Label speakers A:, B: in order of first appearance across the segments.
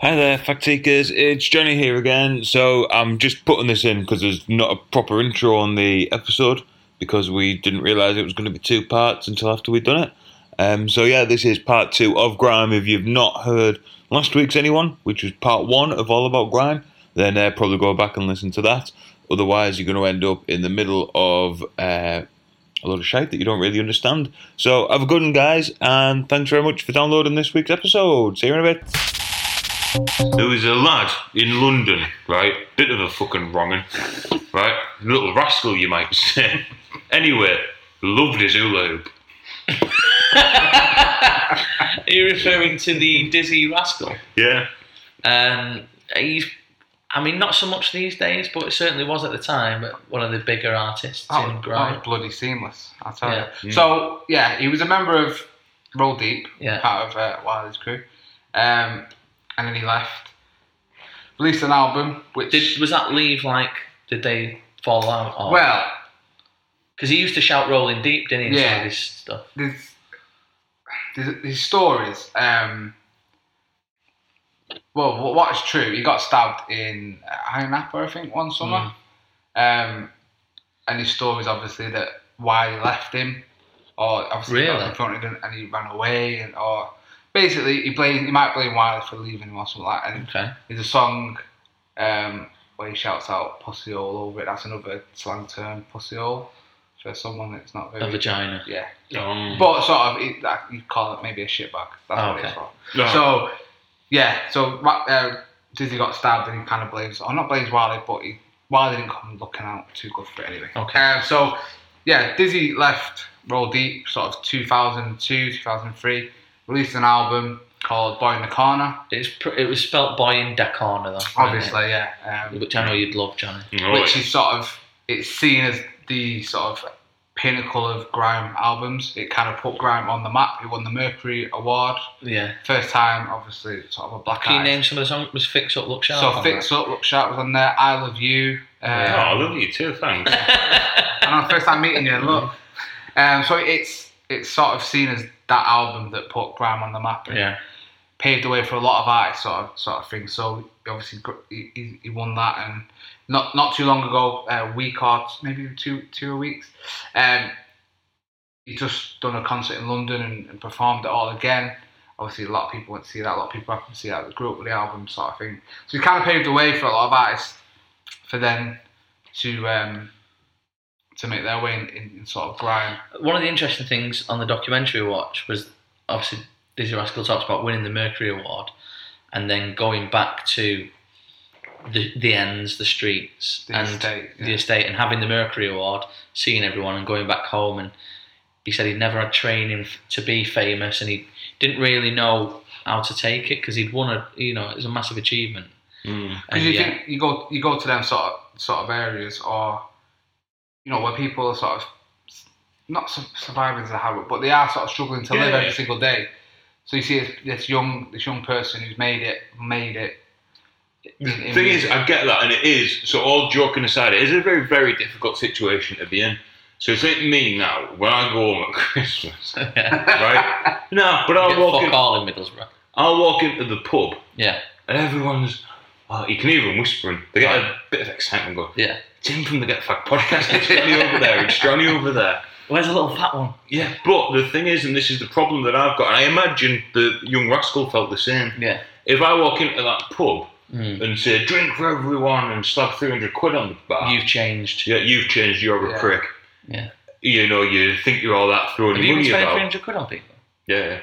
A: Hi there, fact seekers. It's Johnny here again. So I'm just putting this in because there's not a proper intro on the episode because we didn't realise it was going to be two parts until after we'd done it. Um, so yeah, this is part two of Grime. If you've not heard last week's anyone, which was part one of All About Grime, then uh, probably go back and listen to that. Otherwise, you're going to end up in the middle of uh, a lot of shite that you don't really understand. So have a good one, guys, and thanks very much for downloading this week's episode. See you in a bit. There was a lad in London, right? Bit of a fucking wrongin', right? Little rascal, you might say. Anyway, loved his hula hoop.
B: Are you referring to the dizzy rascal?
A: Yeah.
B: Um, he's, I mean, not so much these days, but it certainly was at the time. One of the bigger artists
C: That
B: in
C: was, that
B: grime.
C: was bloody seamless. I'll tell
B: Yeah.
C: you. So yeah, he was a member of Roll Deep,
B: Yeah.
C: part of uh, Wilder's crew, um, and then he left, released an album which
B: Did was that leave like? Did they fall out? Or,
C: well,
B: because he used to shout "Rolling Deep," didn't he? in Some
C: Yeah.
B: of his stuff.
C: there's there's, there's stories. Um, well, wh- what's true? He got stabbed in High Napa, I think, one summer.
B: Mm.
C: Um, and his story is obviously that why he left him, or obviously he got
B: Really?
C: confronted and, and he ran away, and or basically he blame he might blame Wiley for leaving him or something like. That. And
B: Okay.
C: there's a song um, where he shouts out "pussy all over it." That's another slang term, "pussy all," for someone that's not very
B: A vagina.
C: yeah.
A: Um,
C: But sort of, it, like, you call it maybe a shitbag. That's what
B: Okay.
C: it's from.
A: Yeah.
C: So, yeah, so Ra- uh, Dizzy got stabbed and he kind of blames, or not blames Wiley, but he, Wiley didn't come looking out too good for it anyway.
B: Okay.
C: Um, so, yeah, Dizzy left Roll Deep sort of 2002, 2003, released an album called Boy in the Corner,
B: It's pr- it was spelt "boy in Decana" though.
C: obviously, Mm. yeah. Um,
B: Which I know you'd love, Johnny.
A: oh,
C: which
A: yeah.
C: is sort of it's seen as the sort of pinnacle of grime albums. It kind of put grime on the map. It won the Mercury Award
B: Yeah.
C: first time, obviously sort of a black
B: Can you
C: eye.
B: name some of the songs? Was "Fix Up, Look Sharp"?
C: so
B: on
C: fix
B: that?
C: up, look sharp was on there. I love you.
A: Oh,
C: Uh,
A: I love you too, thanks.
C: and on first time meeting you, look. Um, so it's it's sort of seen as that album that put grime on the map. and
B: Yeah.
C: paved the way for a lot of artists, sort of sort of thing. So obviously gr- he- he, he won that, and not not too long ago, a week or t- maybe two two weeks, um, he just done a concert in London and, and performed it all again. Obviously, a lot of people went to see that. A lot of people happened to see that. They grew up with the album, sort of thing. So he kind of paved the way for a lot of artists for them to um, to make their way in, in, in sort of grime.
B: one of the interesting things on the documentary we watched was obviously Dizzy Rascal talks about winning the Mercury Award and then going back to the the ends, the streets,
C: The
B: and
C: estate,
B: the
C: yeah.
B: estate, and having the Mercury Award, seeing everyone, and going back home. And he said he'd never had training f- to be famous, and he didn't really know how to take it because he'd won a you know it was a massive achievement. And
A: Mm.
C: Because you
B: yeah,
C: think you go you go to them sort of sort of areas or you know where people are sort of not su- surviving is a hard word, but they are sort of struggling to live
A: Yeah.
C: every single day. So you see this, this young this young person who's made it made it. In, in
A: thing is,
C: music.
A: I get that, and it is. So, all joking aside, it is a very, very difficult situation to be in. So, it's like me now when I go home at Christmas, right? No, but
B: you get
A: I'll walk,
B: fuck
A: in,
B: all in Middlesbrough.
A: I'll walk into the pub,
B: Yeah,
A: and everyone's. Oh, you can hear them whispering. They get a bit of excitement going.
B: yeah.
A: Tim from the Get Fuck podcast. It's Johnny over there. It's Johnny over there.
B: Where's the little fat one?
A: Yeah, but the thing is, and this is the problem that I've got, and I imagine the young rascal felt the same.
B: Yeah.
A: If I walk into that pub and say drink for everyone and slap three hundred quid on the bar,
B: You've changed.
A: yeah, you've changed. You're a
C: Yeah.
A: prick.
B: Yeah.
A: You know, you think you're all that throwing
B: Have you
A: money
B: even spent
A: about.
B: 300 quid on people?
A: Yeah.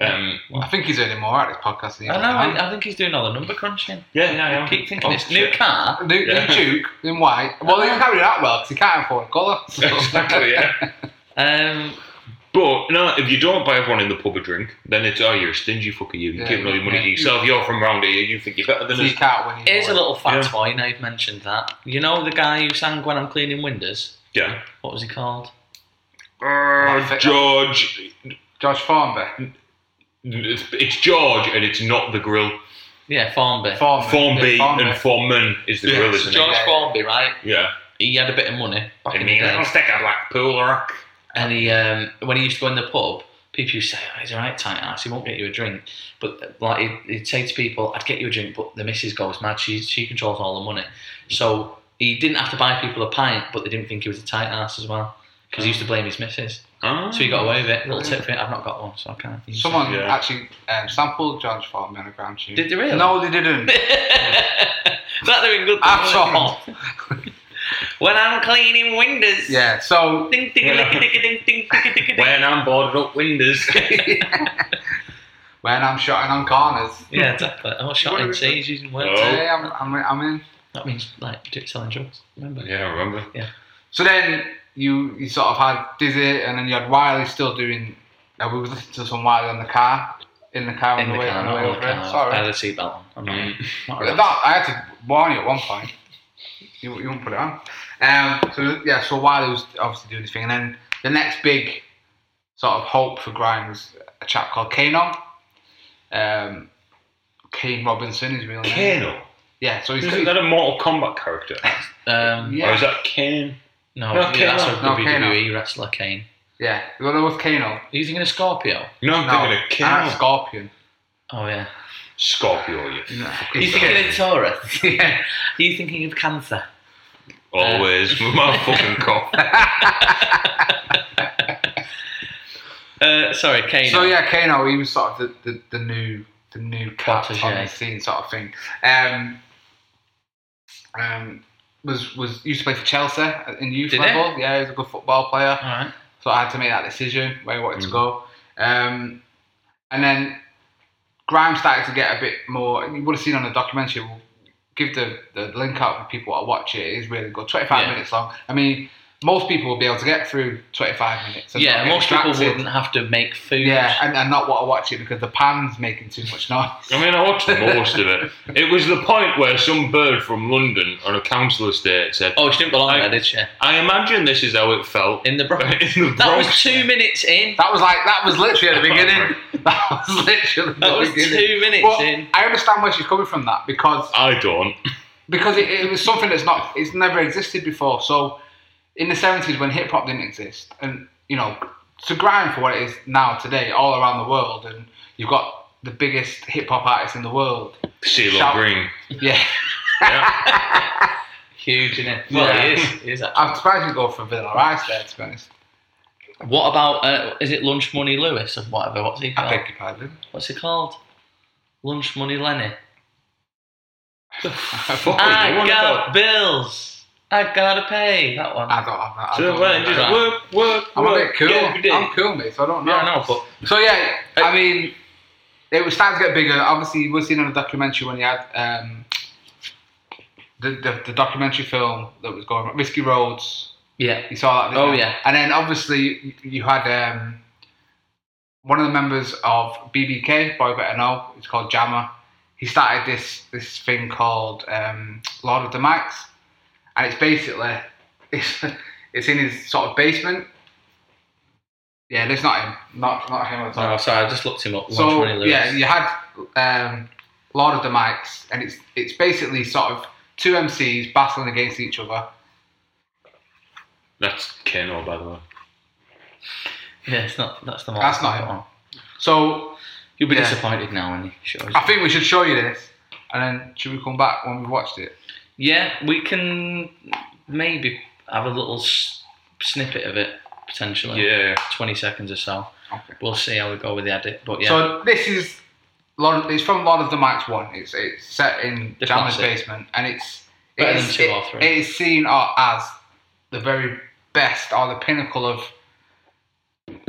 A: Um,
C: I think he's earning more out of this podcast. Than he
B: I know.
C: ever
B: I, I think he's doing all the number crunching.
D: Yeah, yeah,
B: I
D: yeah.
B: keep thinking
D: Oh,
B: it's new
D: shit.
B: car.
C: had. New,
D: Yeah.
C: new Duke in white. Well, he can't do that well because he can't afford colour. So.
D: exactly, yeah.
B: Um,
D: But no, if you don't buy everyone in the pub a drink, then it's oh, you're a stingy fucker. You
C: Yeah,
D: are giving all your money
C: yeah.
D: to yourself. You're from round here. You think you're better than
C: so you
D: us.
C: can't win. either
B: here's a
C: way.
B: little fact
D: Yeah.
B: for you. Now you've mentioned that. You know the guy who sang "When I'm Cleaning Windows."
D: Yeah.
B: What was he called?
D: Uh, George,
C: Josh Formby.
D: it's, it's George, and it's not the grill.
B: Yeah, Formby.
C: Formby.
D: Formby
C: Yeah, Formby.
D: and Foreman is the
C: Yeah,
D: grill,
B: It's
D: isn't
B: George
D: it?
C: Yeah.
B: Formby, right?
D: Yeah.
B: He had a bit of money back in
D: And
B: the
D: he
B: day,
D: I'll stick a Blackpool rock.
B: and he um, when he used to go in the pub, people used to say, oh, "He's a right tight ass. He won't get you a drink." But like he'd, he'd say to people, "I'd get you a drink, but the missus goes mad. She she controls all the money." So he didn't have to buy people a pint, but they didn't think he was a tight ass as well because he used to blame his missus.
D: Oh.
B: So he got away with it. Little tip for it. I've not got one, so I can't. use
C: Someone
D: Yeah.
C: actually um, sampled George Formby on a ground tune.
B: Did they really?
C: No, they didn't.
B: that. that doing good.
C: At all.
B: when I'm cleaning windows.
C: yeah. So
B: Ding ding ding ding ding ding ding ding.
D: When I'm boarded up windows.
C: when I'm shotting on corners,
B: Yeah, exactly. Oh, shot in seas using words.
D: Oh.
C: hey, I'm, I'm, I'm in.
B: That means like d- selling drugs. Remember?
D: yeah, I remember.
C: So then you you sort of had Dizzy, and then you had Wiley still doing. Uh, we were listening to some Wiley on the car, in the car on
B: In the
C: the way,
B: car,
C: on the
B: not
C: way
B: on the
C: over.
B: car.
C: here.
B: I had
C: Sorry,
B: a seatbelt on. I'm not. not
C: But
B: relaxed.
C: that, I had to warn you at one point. You you wouldn't put it on. Um. So yeah. So Wiley was obviously doing this thing, and then the next big sort of hope for Grime was a chap called Kano. Um. Kane Robinson is real name.
D: Kano.
C: Yeah. So he's.
D: Isn't that a Mortal Kombat character?
B: Um,
C: Yeah.
D: Or is that Kane?
B: No,
D: No,
B: yeah,
D: Kane,
B: that's
D: no.
B: a
C: No, Kane, no.
B: WWE wrestler, Kane.
C: Yeah. We're going with Kano.
B: Are you thinking of Scorpio?
D: No, I'm
C: No,
D: thinking of Kano.
C: ah, Scorpion.
B: Oh, yeah.
D: Scorpio, you
C: No.
B: Are
D: fucking
B: you thinking of Taurus?
C: yeah.
B: Are you thinking of Cancer?
D: Always with my fucking cough.
B: Uh, sorry, Kane.
C: So yeah, Kano, he was sort of the, the, the new the new cat
B: Protégé.
C: on the scene sort of thing. Um, um, was was used to play for Chelsea in youth
B: Did he?
C: level. Yeah, he was a good football player.
B: All right.
C: So I had to make that decision where I wanted
B: Hmm.
C: to go. Um, and then Grime started to get a bit more. You would have seen on the documentary. We'll give the, the link out for people to watch it. It is really good. 25
B: Yeah.
C: minutes long. I mean, most people will be able to get through 25 minutes. and not
B: Yeah,
C: get
B: most people
C: distracted.
B: wouldn't have to make food.
C: Yeah, and, and not want to watch it because the pan's making too much noise.
D: I mean, I watched most of it. It was the point where some bird from London on a council estate said,
B: Oh, she didn't belong
D: I-
B: there, did she?
D: I imagine this is how it felt.
B: In the Bronx.
D: In the
B: That was
D: Bronx.
B: two minutes in.
C: That was like that was literally at the beginning. That was literally at the
B: That was
C: beginning.
B: two minutes
C: But
B: in.
C: I understand where she's coming from that because
D: I don't.
C: because it, it was something that's not it's never existed before. So in the seventies when hip hop didn't exist, and you know to grind for what it is now today, all around the world, and you've got the biggest hip hop artists in the world.
D: CeeLo
C: Shout-
D: Green.
C: Yeah,
D: Yeah.
B: Huge, isn't it? Well,
C: Yeah.
B: it is. It is actually.
C: I'm surprised you go for Vanilla Ice there. To be honest,
B: What about uh, is it Lunch Money Lewis or whatever? What's he
C: I
B: called?
C: beg your pardon.
B: What's he called? Lunch Money Lenny.
C: Oh,
D: Fuck
C: Ah,
B: I
D: you, one
B: got
D: of
B: bills. I gotta pay that one.
C: I don't have that. I
D: them.
C: don't
D: So, well,
C: know.
D: just
B: Right.
D: work, work,
C: I'm a
D: work.
C: bit cool.
D: get every day.
C: I'm cool, mate. So I don't know.
B: yeah, I know, but
C: So yeah, I mean, it was starting to get bigger. Obviously, we've seen on a documentary when he had um, the, the the documentary film that was going on, Risky Roads.
B: yeah,
C: You saw that. didn't
B: Oh,
C: you?
B: yeah.
C: um, And then obviously you, you had um, one of the members of BBK, Boy Better Know. It's called Jammer. He started this this thing called um, Lord of the Mics, and it's basically it's it's in his sort of basement. Yeah, that's not him. Not not him at all.
B: oh, sorry, I just looked him up. Lunch
C: So
B: Money Lewis.
C: yeah, you had um, Lord of the Mics, and it's it's basically sort of two MCs battling against each other.
B: Oh,
D: That's Kano, by the way.
B: Yeah, it's not. That's the one.
C: That's not him. So
B: You'll be
C: Yeah.
B: disappointed now when you show us.
C: I think we should show you this, and then should we come back when we've watched it?
B: Yeah, we can maybe have a little s- snippet of it potentially.
D: Yeah.
B: twenty seconds or so.
C: Okay.
B: We'll see how we go with the edit. But yeah,
C: So this is Lord. It's from Lord of the Mics one. It's it's set in
B: The
C: Jammer's
B: classic.
C: basement, and it's
B: Better
C: it's,
B: than two
C: it,
B: or three.
C: It is seen uh, as the very best or the pinnacle of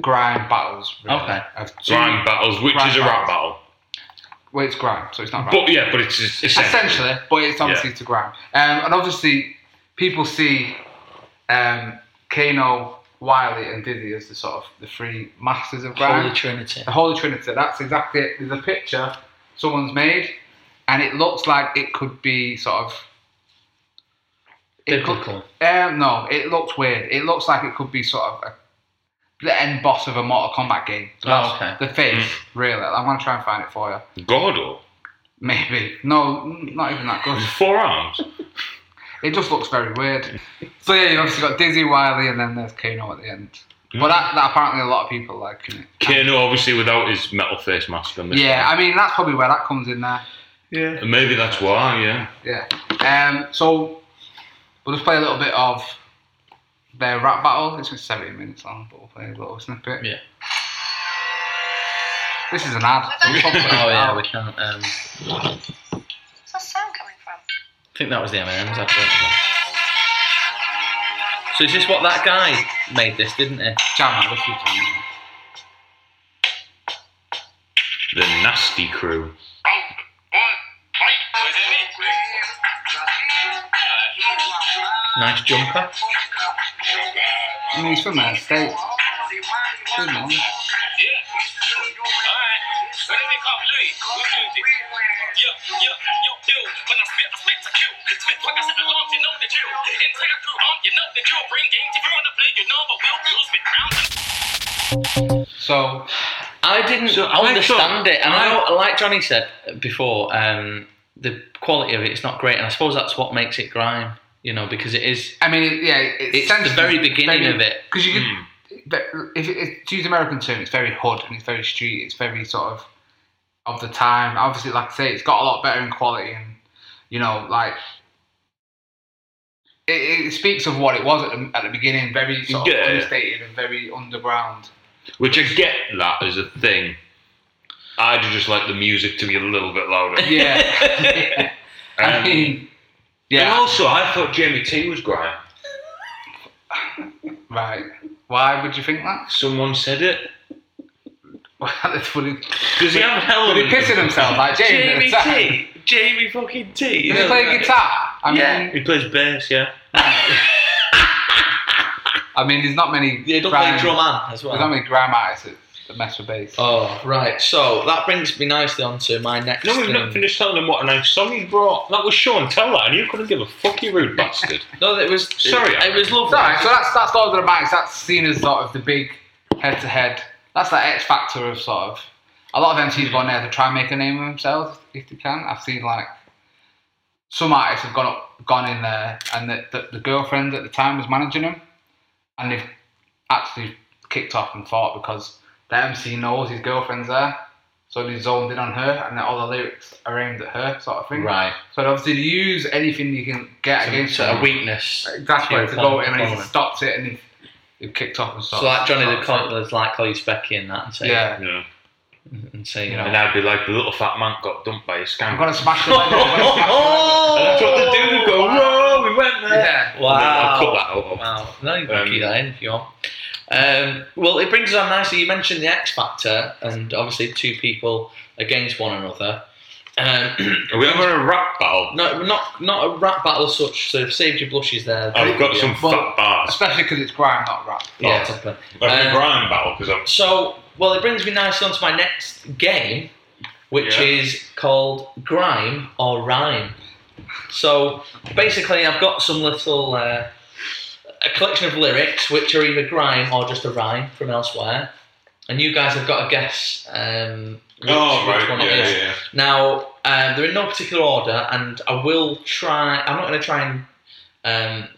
C: grime battles. really,
B: Okay.
C: of two-
A: Grime battles, which
C: Grime
A: is a rap
C: battles.
A: battle.
C: Well, it's grime, so it's not. Rap.
A: But yeah, but it's it's essentially.
C: essentially, but it's obviously
A: Yeah.
C: to grime. Um, and obviously, people see um, Kano, Wiley, and Dizzy as the sort of the three masters of grime.
B: Holy Trinity.
C: The Holy Trinity. That's exactly it. There's a picture someone's made, and it looks like it could be sort of. it could-
B: Biblical.
C: um, no, it looks weird. It looks like it could be sort of a, the end boss of a Mortal Kombat game.
B: Oh, okay. Mm.
C: The face, really. I'm gonna try and find it for you.
A: Gordo.
C: Maybe. No, n- not even that good.
A: oh. Four arms.
C: It just looks very weird. So yeah, you've obviously got Dizzy Wiley, and then there's Kano at the end. But that, that apparently a lot of people like it.
A: Kano, obviously, without his metal face mask on this.
C: Yeah, I mean that's probably where that comes in there.
B: Yeah.
A: And Maybe that's why, yeah.
C: Yeah. Um, so we'll just play a little bit of their rap battle. It's been 17 minutes long, but we'll play a little snippet.
B: Yeah.
C: This is an ad. so we'll probably put it
B: Oh yeah,
C: out.
B: we can't. Um, I
E: Where's that sound coming from?
B: think that was the M&M's advert. So is this what that guy made this, didn't he?
C: Jam, I love you, Jam.
A: The nasty crew.
B: Nice jumper.
C: I mean, he's from the States. Good man. So,
B: I didn't
A: So I
B: understand
A: thought-
B: it, and I,
A: I-
B: know, like Johnny said before, um, the quality of it is not great, and I suppose that's what makes it grime, you know, because it is.
C: I mean, it, yeah, it's,
B: It's the very beginning of it.
C: Because you could, but if it, if, to use American term, it's very hood and it's very street. It's very sort of of the time. Obviously, like I say, it's got a lot better in quality, and you know, like it, it speaks of what it was at the, at the beginning. Very sort
A: Yeah.
C: of understated and very underground.
A: Which I get that as a thing. I'd just like the music to be a little bit louder.
C: Yeah, I
A: Um,
C: mean,
A: And
C: yeah,
A: also, I thought Jamie T was grime.
C: right. Why would you think that?
A: Someone said it.
C: That's funny.
A: Does he have hell
C: But he pissing himself like Jamie.
A: Jamie
C: Does
A: T. Jamie fucking T.
C: he
A: you know
C: play
A: that?
C: guitar? I
A: Yeah.
C: mean,
A: He plays bass, yeah.
C: I mean, there's not many.
B: They don't
C: grime-
B: play drum and as
C: There's not
B: well.
C: many grime artists that, that mess with bass.
B: Oh right, so that brings me nicely on to my next.
A: No, we've
B: um,
A: not finished telling him what a nice song he brought. That was Sean Teller, and you couldn't give a fuck, you rude bastard.
B: No, it was
A: Sorry,
B: It, it was
C: It's
B: lovely.
C: alright, so that's that's Lord of the Mics. That's seen as sort of the big head to head. That's that X factor of sort of a lot of MCs go on there to try and make a name of themselves if they can. I've seen like some artists have gone up, gone in there, and the, the, the girlfriend at the time was managing them, and they've actually kicked off and fought because the MC knows his girlfriend's there, so they zoned in on her, and then all the lyrics are aimed at her, sort of thing.
B: Right.
C: So obviously, they use anything you can get
B: So,
C: against
B: so
C: them.
B: a weakness.
C: Exactly,
B: your
C: to go in
B: opponent.
C: and he stopped it and he, he kicked off and
B: So
C: stopped.
B: like Johnny the Cutler's like Chloe Specky and that, and say,
C: Yeah.
A: Yeah.
B: and say, you know,
A: And I'd be like, the little fat man got dumped by a
C: I'm
A: scam.
C: gonna smash the leg. I'm gonna smash the leg.
A: And that's what they do. they Go, whoa, we went there.
C: Yeah.
B: Wow.
A: I'll cut that out.
B: Wow. No, you can
A: Um,
B: keep that in if you want. Um, well, it brings us on nicely. You mentioned the X Factor, and obviously two people against one another. Um,
A: Are we having a rap battle?
B: no, not not a rap battle as such. So saved your blushes there.
A: I've Oh, got
B: Yeah.
A: some
C: Well,
A: fat bars.
C: Especially because it's grime, not rap.
B: Yeah,
A: Oh.
B: something.
A: Like a
B: Um,
A: grime battle, because I'm.
B: So, well, it brings me nicely onto my next game, which
A: Yeah.
B: is called Grime or Rhyme. So, basically, I've got some little uh, a collection of lyrics which are either grime or just a rhyme from elsewhere, and you guys have got to guess um, which,
A: Oh,
B: which
A: right.
B: one
A: Yeah,
B: it is.
A: yeah, yeah.
B: Now, um, they're in no particular order, and I will try. I'm not going to try and um,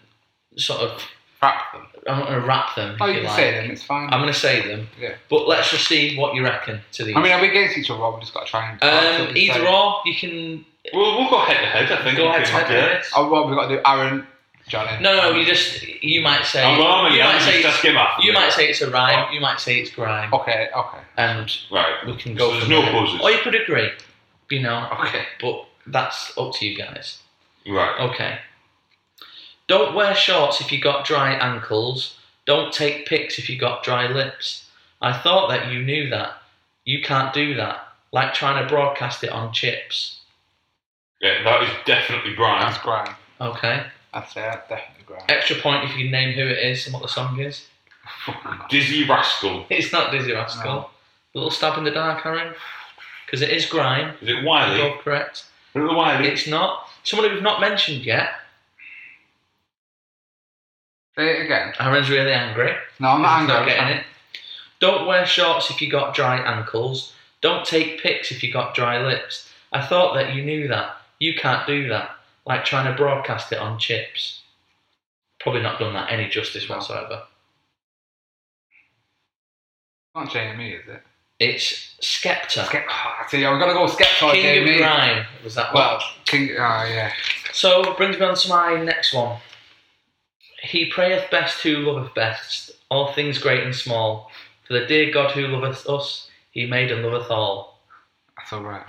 B: sort of.
C: Rap them.
B: I'm not going to wrap them.
C: Oh,
B: if
C: you can
B: like.
C: say them, it's fine.
B: I'm going to say them.
C: Yeah.
B: But let's just see what you reckon to these.
C: I mean, are we against each other? or We've just got to try and.
B: um, either
C: or.
B: or, you can
A: We'll, we'll go head to head, I think.
B: go
A: I
B: ahead.
A: think,
B: Ted,
A: yeah.
B: yes.
C: Oh, what we got to do? Aaron, Johnny.
B: No, no, you just you might say
A: I'm arming
B: you
A: you,
B: might
A: I'm
B: say
A: just
B: it's,
A: asking after
B: you
A: me.
B: might say it's a rhyme, you might say it's grime,
C: Okay, okay,
B: and
A: Right.
B: we can go.
A: So there's
B: from
A: no
B: there.
A: buzzers.
B: Or you could agree, you know.
C: okay.
B: But that's up to you guys.
A: Right.
B: Okay. Don't wear shorts if you got dry ankles. Don't take pics if you got dry lips. I thought that you knew that. You can't do that. Like trying to broadcast it on chips.
A: Yeah, that is definitely Brian.
C: That's grand.
B: Okay.
C: I'd say that's definitely grand.
B: Extra point if you name who it is and what the song is.
A: Dizzy Rascal.
B: It's not Dizzy Rascal. A little stab in the dark, Aaron. Because it is grime.
A: Is it
B: You're
A: Wiley?
B: correct.
A: Is it Wiley?
B: It's not. Someone we've not mentioned yet.
C: Say it again.
B: Aaron's really angry.
C: No, I'm not
B: He's not
C: angry.
B: getting it. Don't wear shorts if you got dry ankles. Don't take pics if you got dry lips. I thought that you knew that. You can't do that. Like trying to broadcast it on chips. Probably not done that any justice whatsoever.
C: Not Jamie, is it?
B: It's Skepta.
C: Skep- ah, see, I'm gonna go Skepta
B: King of
C: Jamie.
B: Grime was that one.
C: Well, King. Oh yeah.
B: So brings me on to my next one. He prayeth best who loveth best, all things great and small. For the dear God who loveth us, he made and loveth all.
C: That's alright.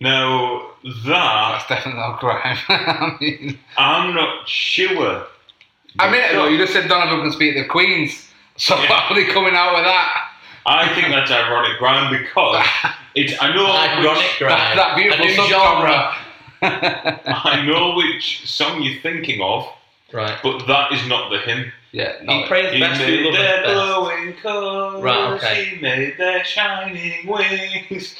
A: No, that
C: That's definitely not grime. I mean,
A: I'm not sure.
C: a minute ago you just said Donovan can speak the Queens, so
A: Yeah.
C: why are they coming out with that?
A: I think that's ironic grime because it's I know
B: Ironic
A: which,
B: grime.
C: That beautiful
B: a new
C: subgenre.
B: genre.
A: I know which song you're thinking of,
B: Right.
A: but that is not the hymn.
C: Yeah,
B: He
C: no.
B: prayeth
A: He
B: best
A: made their
B: who loveth best.
A: glowing colours.
B: Right, okay.
A: He made their shining wings.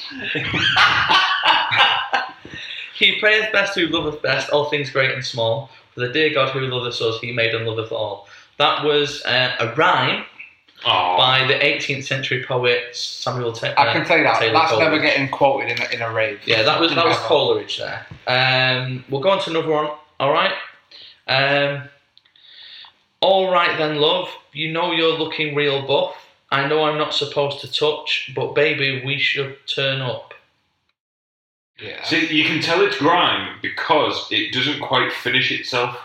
B: He prayeth best who loveth best, all things great and small. For the dear God who loveth us, he made and loveth all. That was uh, a rhyme
A: Oh,
B: by the 18th century poet Samuel Ta- uh,
C: I can tell you that.
B: Taylor
C: That's
B: Coleridge.
C: never getting quoted in a, in a rave.
B: Yeah, that was that was
C: Never.
B: Coleridge there. Um, we'll go on to another one. All right. Um, all right then, love. You know you're looking real buff. I know I'm not supposed to touch, but baby, we should turn up.
C: Yeah.
A: see, you can tell it's grime because it doesn't quite finish itself.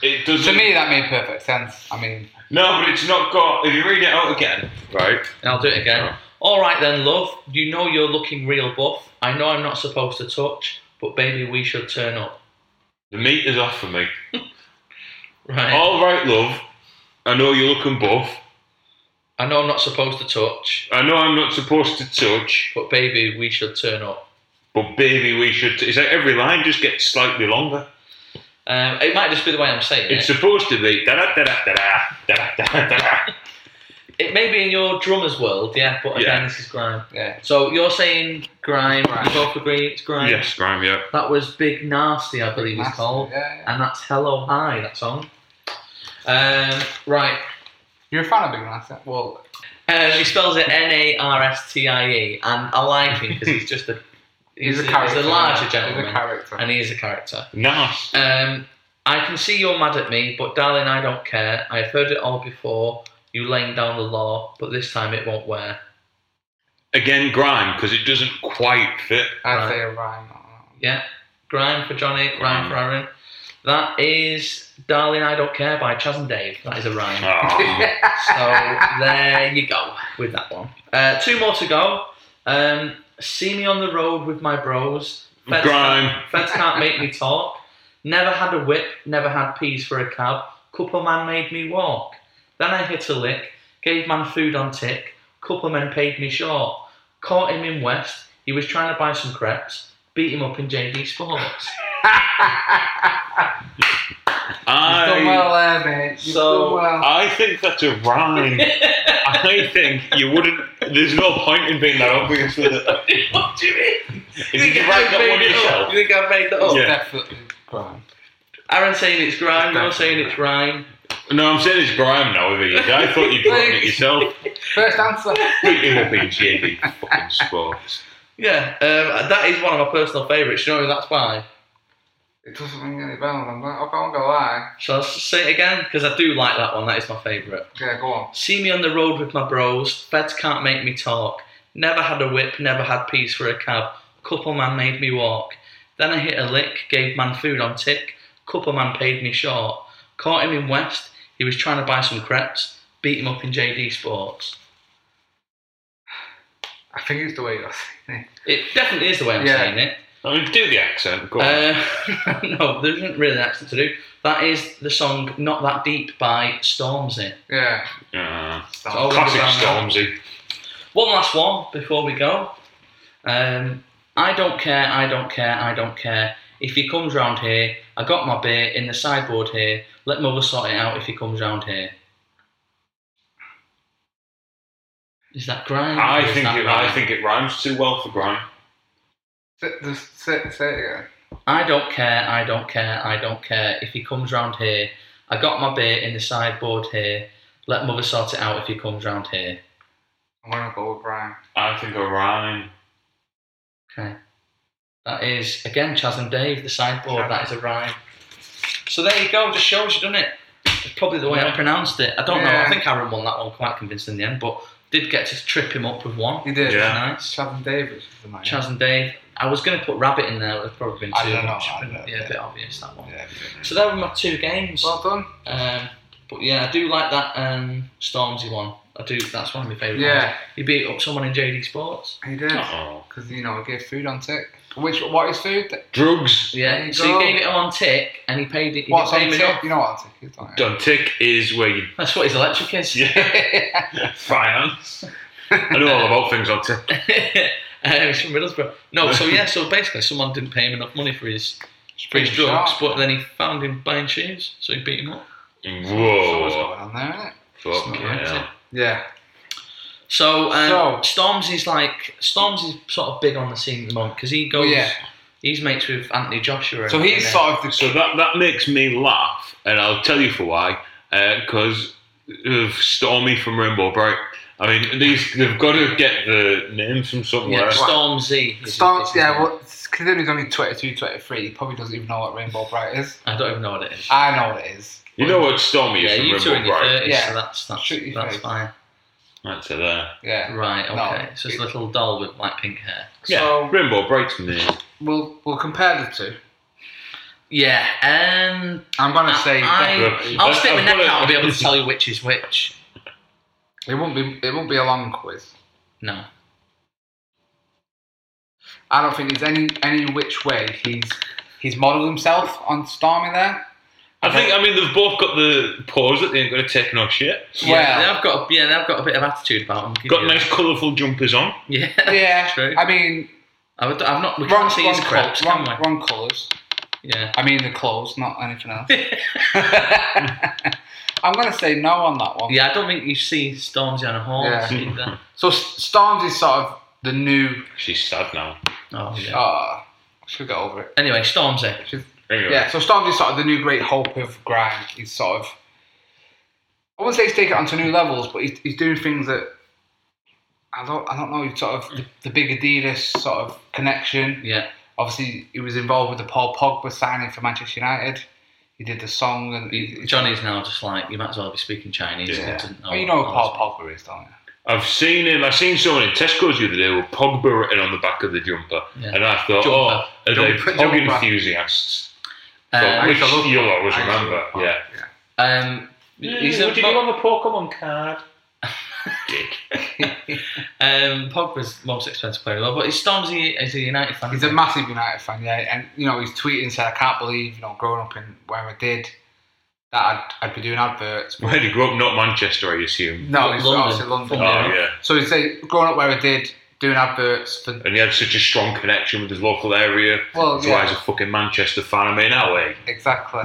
A: It
C: To
A: doesn't.
C: me, that made perfect sense. I mean,
A: no, but it's not got. If you read it out again, right?
B: And I'll do it again.
A: Right.
B: All right then, love. You know you're looking real buff. I know I'm not supposed to touch, but baby, we should turn up.
A: The meat is off for me.
B: Right.
A: All right, love. I know you're looking buff.
B: I know I'm not supposed to touch,
A: I know I'm not supposed to touch,
B: but baby, we should turn up.
A: but baby, we should. It's like every line just gets slightly longer.
B: Um, it might just be the way I'm saying
A: It's
B: it.
A: supposed to be da da da da da da da da da.
B: It may be in your drummer's world, yeah, but again,
A: Yeah.
B: this is grime.
C: yeah.
B: So you're saying grime, you both agree it's grime?
A: Yes, grime. Yeah.
B: That was Big Nasty, I believe it's
C: Nasty,
B: called.
C: yeah, yeah.
B: And that's Hello Hi, that song. Um, right.
C: You're a fan of Big Nasty. Well,
B: Um, he spells it N A R S T I E, and I like him because he's just a
C: he's,
B: he's,
C: a character.
B: He's a
C: yeah.
B: larger
C: He's
B: gentleman,
C: a character.
B: and he is a character.
A: Nice.
B: Um, I can see you're mad at me, but darling, I don't care. I've heard it all before. You laying down the law, but this time it won't wear.
A: Again, grime because it doesn't quite fit.
C: I'd
B: Right.
C: say a rhyme. on that one.
B: Yeah. Grime for Johnny, rhyme for Aaron. That is Darling I Don't Care by Chaz and Dave. That is a rhyme.
A: Oh,
B: so there you go with that one. Uh, two more to go. Um, see me on the road with my bros.
A: Grime.
B: Can't, feds can't make me talk. Never had a whip, never had peas for a cab. Couple man made me walk. Then I hit a lick, gave man food on tick. Couple men paid me short. Caught him in West, he was trying to buy some crepes. Beat him up in JD Sports.
C: You've done
A: I
C: well there, mate. You've
B: So- uh,
C: done well.
A: I think that's a rhyme. I think you wouldn't. There's no point in being that obvious with it.
B: what do you mean?
A: If you can write that one yourself.
B: You think I've made that up?
A: Yeah.
C: Definitely grime.
B: Aaron's saying it's grime, you're saying it's rhyme.
A: No, I'm saying it's grime now. With it. I thought you'd written it yourself.
C: First answer.
A: Beat him up in JD fucking sports.
B: Yeah, um, that is one of my personal favourites. You know, that's why.
C: It doesn't ring any bells. I'm not, I'm not gonna lie.
B: Shall I s- say it again? Because I do like that one. That is my favourite.
C: Yeah, go on.
B: See me on the road with my bros. Feds can't make me talk. Never had a whip, never had peas for a cab. Couple man made me walk. Then I hit a lick, gave man food on tick. Couple man paid me short. Caught him in West. He was trying to buy some crepes. Beat him up in JD Sports.
C: I think it's the way you're saying it.
B: It definitely is the way I'm
C: Yeah.
B: saying it.
A: I mean, do the accent. Go on.
B: Uh, no, there isn't really an accent to do. That is the song Not That Deep by Stormzy.
C: Yeah.
A: Uh,
B: Oh,
A: classic
B: understand
A: Stormzy.
B: One last one before we go. Um, I don't care, I don't care, I don't care. If he comes round here, I got my beer in the sideboard here. Let mother sort it out if he comes round here. Is that grime?
A: I
B: or is
A: think
B: that
A: it,
B: rhyme?
A: I think it rhymes too well for grime.
C: Say, just say, say it again.
B: I don't care, I don't care, I don't care. If he comes round here, I got my beer in the sideboard here. Let mother sort it out if he comes round here.
C: I'm gonna go with Brian.
A: I think a rhyme.
B: Okay. That is, again, Chaz and Dave, the sideboard, that is a rhyme. So there you go, just shows you, doesn't it? It's probably the way I pronounced it. I don't know, I
C: Yeah.
B: think Aaron won that one quite convincing in the end, but did get to trip him up with one.
C: You did.
A: Yeah.
B: Nice.
C: Chad and Davis was the man.
B: Chaz and Dave. I was going to put Rabbit in there, it would have probably been too
C: I don't know,
B: much.
C: I
B: but
C: don't-
B: yeah,
C: yeah.
B: a bit obvious, that one.
C: Yeah.
B: So there were my two games.
C: Well done.
B: Um, but yeah, I do like that um, Stormzy one. I do. That's one of my favourite ones.
C: Yeah.
B: He beat up someone in JD Sports.
C: He did.
A: Oh.
C: Because you know, I gave food on tick. Which what is food?
A: Drugs.
C: There
B: Yeah.
C: you
B: So he
C: go.
B: gave it him on tick, and he paid it. He
C: What's on
B: didn't pay him
C: tick?
B: enough.
C: You know what on tick is, don't you?
A: Done tick is where you
B: That's what his electric is.
A: yeah. finance. I know all about things on tick.
B: um, he's from Middlesbrough. No, so yeah, so basically, someone didn't pay him enough money for his for his
C: Pretty
B: drugs,
C: sharp.
B: but then he found him buying shoes, so he beat him up.
A: Oh.
C: Something's
A: Whoa.
C: going on there, isn't it?
A: Fuck
B: not right, is it?
A: yeah.
C: Yeah.
B: So, um,
C: So-
B: Stormzy's like Stormzy's sort of big on the scene at the moment because he goes,
C: yeah.
B: he's mates with Anthony Joshua.
C: So
B: and-
C: he's
B: and, uh,
C: sort of the
A: So that that makes me laugh, and I'll tell you for why. Because of Stormy from Rainbow Bright. I mean, these they've got to get the names from somewhere.
B: yeah, Stormzy. is-
C: Starts,
B: is-
C: yeah, well, considering he's only 22, 23, he probably doesn't even know what Rainbow Bright is.
B: I don't even know what it is.
C: I know what it is.
A: You know what Stormy
B: Ah, Yeah, you
A: is
B: two
A: from
B: in
A: Rainbow
B: your
A: Bright.
B: thirties,
C: Yeah.
B: so that's that's,
C: Shoot your
B: that's
C: face.
B: fine.
A: That's it there.
C: Yeah.
B: Right,
C: No,
B: okay. So it's a
C: it-
B: little doll with like pink hair.
A: Yeah,
C: So-
A: Rainbow Bright's name.
C: We'll we'll compare the two.
B: Yeah, um,
C: I'm gonna say
B: I,
A: definitely.
B: I'll stick my
A: I've
B: neck
A: got it.
B: out and be able to tell you which is which.
C: it won't be it won't be a long quiz.
B: No.
C: I don't think there's any any which way he's he's modelled himself on Stormy there.
A: I think I mean they've both got the pose that they ain't going to take no shit.
B: Yeah,
C: Well-
B: they've got yeah, they've got a bit of attitude about them. give
A: Got
B: you-
A: nice colourful jumpers on.
B: Yeah,
C: Yeah.
B: true.
C: I mean,
B: I would, I've not. We
C: wrong,
B: can't see
C: wrong
B: his
C: col-
B: crepes,
C: wrong,
B: can we?
C: wrong colours.
B: Yeah.
C: I mean the clothes, not anything else. I'm gonna say no on that one.
B: Yeah, I don't think you see Stormzy on a horse
C: Yeah.
B: either.
C: So Storms is sort of the new.
A: She's sad now.
B: Oh yeah.
C: Uh, she'll get over it.
B: Anyway, Stormzy.
C: She's,
A: Anyway.
C: yeah. So Storms is sort of the new great hope of grime. He's sort of. I wouldn't say he's taking it onto new levels, but he's, he's doing things that. I don't. I don't know. Sort of the, the big Adidas sort of connection.
B: Yeah.
C: Obviously, he was involved with the Paul Pogba signing for Manchester United. He did the song and he,
B: Johnny's now just like you might as well be speaking Chinese.
A: Yeah.
B: he doesn't
C: Oh, you know who
B: honestly.
C: Paul Pogba is, don't you?
A: I've seen him. I seen someone in Tesco's the other day with Pogba written on the back of the jumper,
B: Yeah.
A: and I thought,
B: Jumper.
A: oh, are they
C: Jumper,
A: Pog
C: jumper. Uh,
A: enthusiasts?
B: Um,
A: Which
C: I used to love
A: you'll
C: Pogba.
A: always
C: I used to
A: remember,
C: love Pogba,
A: yeah.
C: yeah.
B: Um, he's a, Pog-
A: a Pokemon card? Dick.
B: um, Pogba's most expensive player in the world, but is Stormzy is a United fan?
C: He's a massive United fan, yeah, and you know he's tweeting and said, "I can't believe you know growing up in where I did that I'd, I'd be doing adverts." But
A: Where did he grow up? Not Manchester, I assume.
C: no, he's
B: London.
C: obviously London.
A: Oh
B: Yeah.
A: yeah.
C: So he said, "Growing up where I did, doing adverts for
A: And he had such a strong connection with his local area.
C: Well,
A: That's why
C: yeah.
A: he's a fucking Manchester fan. I mean, that way.
C: exactly."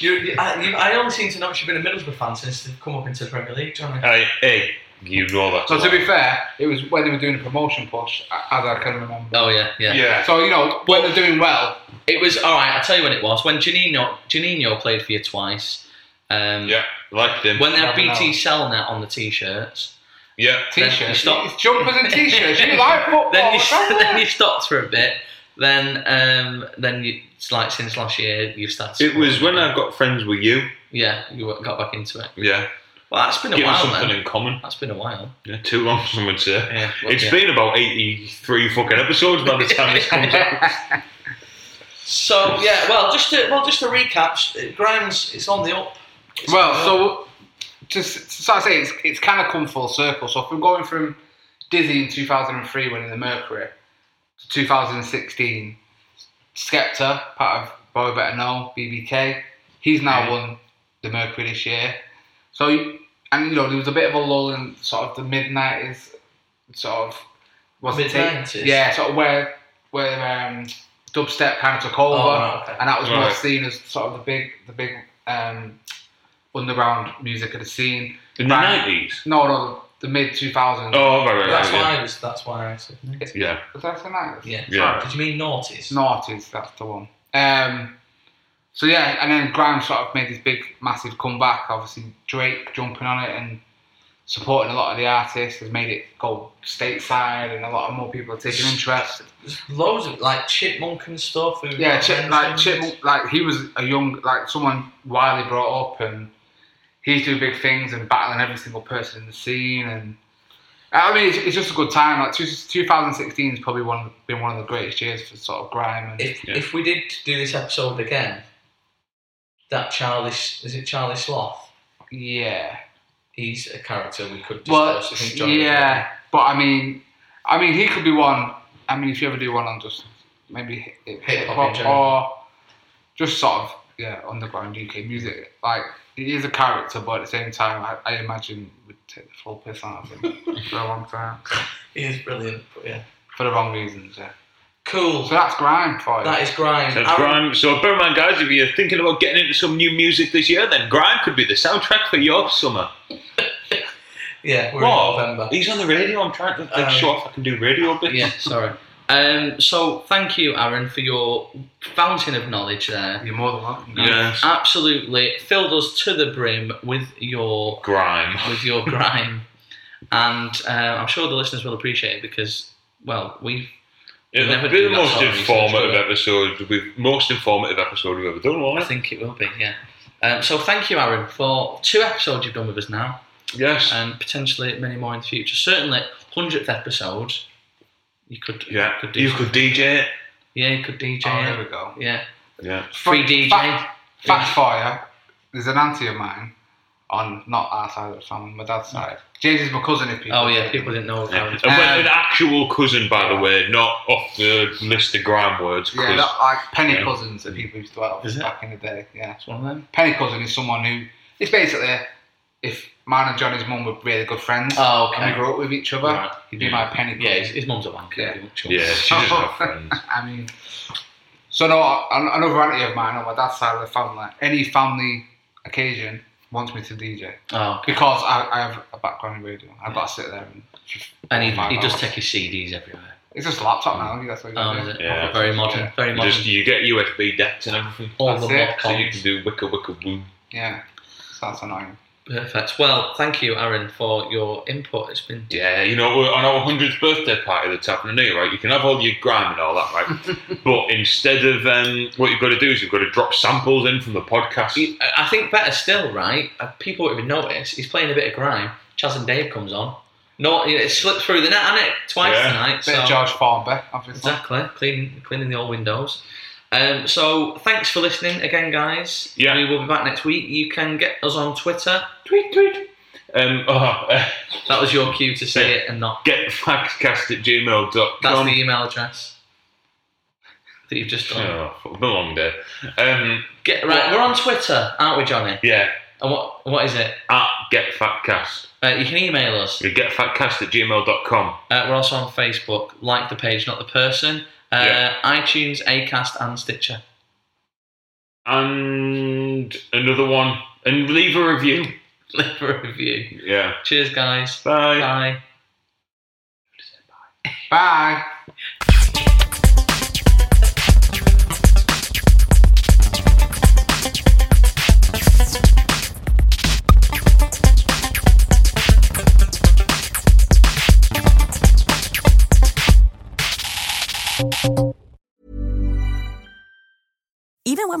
B: You, you, I, you, I only seem to know she's been a Middlesbrough fan since they've come up into the Premier League, Johnny.
A: Hey, hey, you know that.
C: So to be fair, it was when they were doing a promotion push, a- as I can remember.
B: Oh yeah, yeah.
A: yeah.
C: So you know when they're doing well,
B: It was all right. I'll tell you when it was. When Janino Janino played for you twice. Um,
A: Yeah, liked him.
B: When they had
C: Never know.
B: BT Selnet on the t-shirts,
A: yeah.
B: Then you
C: t-shirts,
B: stop.
C: it's jumpers and t-shirts. You like football?
B: then you
C: don't
B: then
C: you?
B: you stopped for a bit. Then um, then you it's like since last year you started.
A: It was when
B: supporting
A: I got friends with you.
B: Yeah, you got back into it.
A: Yeah.
B: Well, that's been a
A: Give us
B: while.
A: something
B: then.
A: in common.
B: That's been a while.
A: Yeah, too long, some would say.
B: Yeah, well,
A: it's
B: yeah.
A: been about 83 fucking episodes by the time this comes out.
B: So yeah, well, just to well, just to recap, sh- Grimes it's on the up. It's
C: Well,
B: on the up.
C: so just so I say, it's, it's kind of come full circle. So if we're going from Dizzy in 2003 winning the Mercury to 2016, Skepta, part of Roy Better Know, BBK. He's now won the Mercury this year. So, you- and you know, there was a bit of a lull in sort of the mid 90s, sort of. was it
B: Mid-nineties?
C: Yeah, sort of where, where um, dubstep kind of took over.
B: Oh, right, okay.
C: And that was more
A: Right.
C: seen as sort of the big, the big um, underground music of the scene.
A: in the
C: Right.
A: nineties.
C: No, no, the mid 2000s.
A: Oh, right, right,
B: That's
A: right.
B: why I was. That's why I said.
A: yeah.
C: Was that the 90s?
B: Yeah.
A: Yeah.
B: Did you mean noughties?
C: Naughties, that's the one. Um, so yeah, and then Graham sort of made his big, massive comeback. Obviously, Drake jumping on it and supporting a lot of the artists has made it go stateside, and a lot of more people are taking interest.
B: There's loads of like Chipmunk and stuff. who
C: Yeah,
B: got
C: Chip, like
B: mentioned.
C: Chipmunk, like he was a young, like someone Wiley brought up, and he's doing big things and battling every single person in the scene. And I mean, it's, it's just a good time. Like two, 2016 is probably one been one of the greatest years for sort of grime. And,
B: If
A: Yeah.
B: if we did do this episode again, that childish is it Charlie Sloth?
C: yeah.
B: He's a character we could
C: Well,
B: discuss. I think Johnny
C: yeah, but I mean, I mean, he could be one. I mean, if you ever do one on just maybe hip
B: Hip-hop in
C: hop
B: general.
C: or just sort of yeah underground UK music, like he is a character, but at the same time, I, I imagine would take the full piss out of him for a long time
B: he is brilliant. But yeah,
C: for the wrong reasons. Yeah.
B: cool.
C: So that's grime for you.
B: that is grime.
A: That's
B: Aaron,
A: grime. So bear in mind, guys, if you're thinking about getting into some new music this year, then grime could be the soundtrack for your summer.
B: Yeah, we're
A: Whoa,
B: in November.
A: He's on the radio. I'm trying to like,
B: Um,
A: show off. I can do radio bits.
B: Yeah, sorry. Um, so thank you, Aaron, for your fountain of knowledge there.
C: You're more than welcome. guys.
A: Yes.
B: Absolutely filled us to the brim with your
A: Grime.
B: with your grime, and uh, I'm sure the listeners will appreciate it because, well, we've
A: It'll
B: Never
A: be
B: do
A: the
B: that
A: most
B: sort of research,
A: informative
B: will it?
A: episode. We've most informative episode we've ever done.
B: I
A: Wasn't it?
B: think it will be, yeah. Um, so thank you, Aaron, for two episodes you've done with us now,
A: Yes.
B: and potentially many more in the future. Certainly, hundredth episode, you could
A: yeah.
B: could do
A: you
B: something.
A: could DJ. it.
B: yeah you could DJ
C: Oh,
B: it.
C: there we go.
B: yeah
A: Yeah.
B: free DJ.
C: Fact, fact for you, there's an auntie of mine on not our side of the family, my dad's side. James is my cousin. If people
B: Oh yeah,
C: don't
B: people didn't know.
A: Yeah.
B: Aaron's
A: And when-
C: Um,
A: an actual cousin, by the way, not off the list of grime words.
C: Yeah,
A: 'cause-
C: that, like penny
A: yeah.
C: cousins that people used to have
B: Is it?
C: back in the day. Yeah,
B: It's one of them.
C: penny cousin is someone who it's basically if mine and Johnny's mum were really good friends
B: Oh, okay.
C: and we grew up with each other,
B: Right.
C: he'd be my penny cousin.
B: Yeah, his, his mum's a wanker.
C: Yeah.
B: pretty much.
A: yeah, she doesn't have friends.
C: I mean, so no, an- another auntie of mine on my dad's side of the family, any family occasion wants me to DJ
B: Oh, okay.
C: because I, I have a background in radio. I've got to sit there and just,
B: and he,
C: Oh, My
B: he does
C: mouth.
B: take his CDs everywhere.
C: it's just a laptop now. That's what you
B: Oh,
C: do.
B: is it?
A: Yeah.
B: Very modern.
C: Yeah.
B: Very modern.
A: Just you get USB decks and everything.
B: All
C: That's
B: the
C: it.
B: mod
A: So you can
B: cons.
A: do wicka wicka woo.
C: Yeah, so that's annoying.
B: Perfect. Well, thank you, Aaron, for your input. It's been
A: Yeah, you know, we're on our hundredth birthday party that's happening here, right? You can have all your grime and all that, right? but instead of um, what you've got to do is you've got to drop samples in from the podcast.
B: I I think better still, right? uh, People won't even notice. He's playing a bit of grime. Chaz and Dave comes on. No, it slipped through the net, hasn't it? Twice
A: Yeah.
B: tonight.
C: Bit
B: so-
C: of George Formby, obviously.
B: Exactly. Cleaning, cleaning the old windows. Um, so thanks for listening again, guys.
A: Yeah.
B: We will be back next week. You can get us on Twitter.
A: Tweet tweet. Um, oh,
B: That was your cue to say it and not.
A: get factcast at gmail.com.
B: That's the email address that you've just done.
A: Oh, fuck, it's been a long day. Um,
B: Get right. We're on Twitter, aren't we, Johnny?
A: yeah,
B: And what what is it?
A: at getfatcast.
B: Uh, you can email us.
A: You getfatcast at gmail.com.
B: Uh, we're also on Facebook. Like the page, not the person. Uh,
A: Yeah.
B: iTunes, Acast, and Stitcher.
A: And another one. And leave a review.
B: Leave a review.
A: Yeah.
B: Cheers, guys.
A: Bye.
B: Bye.
C: Bye.
F: even when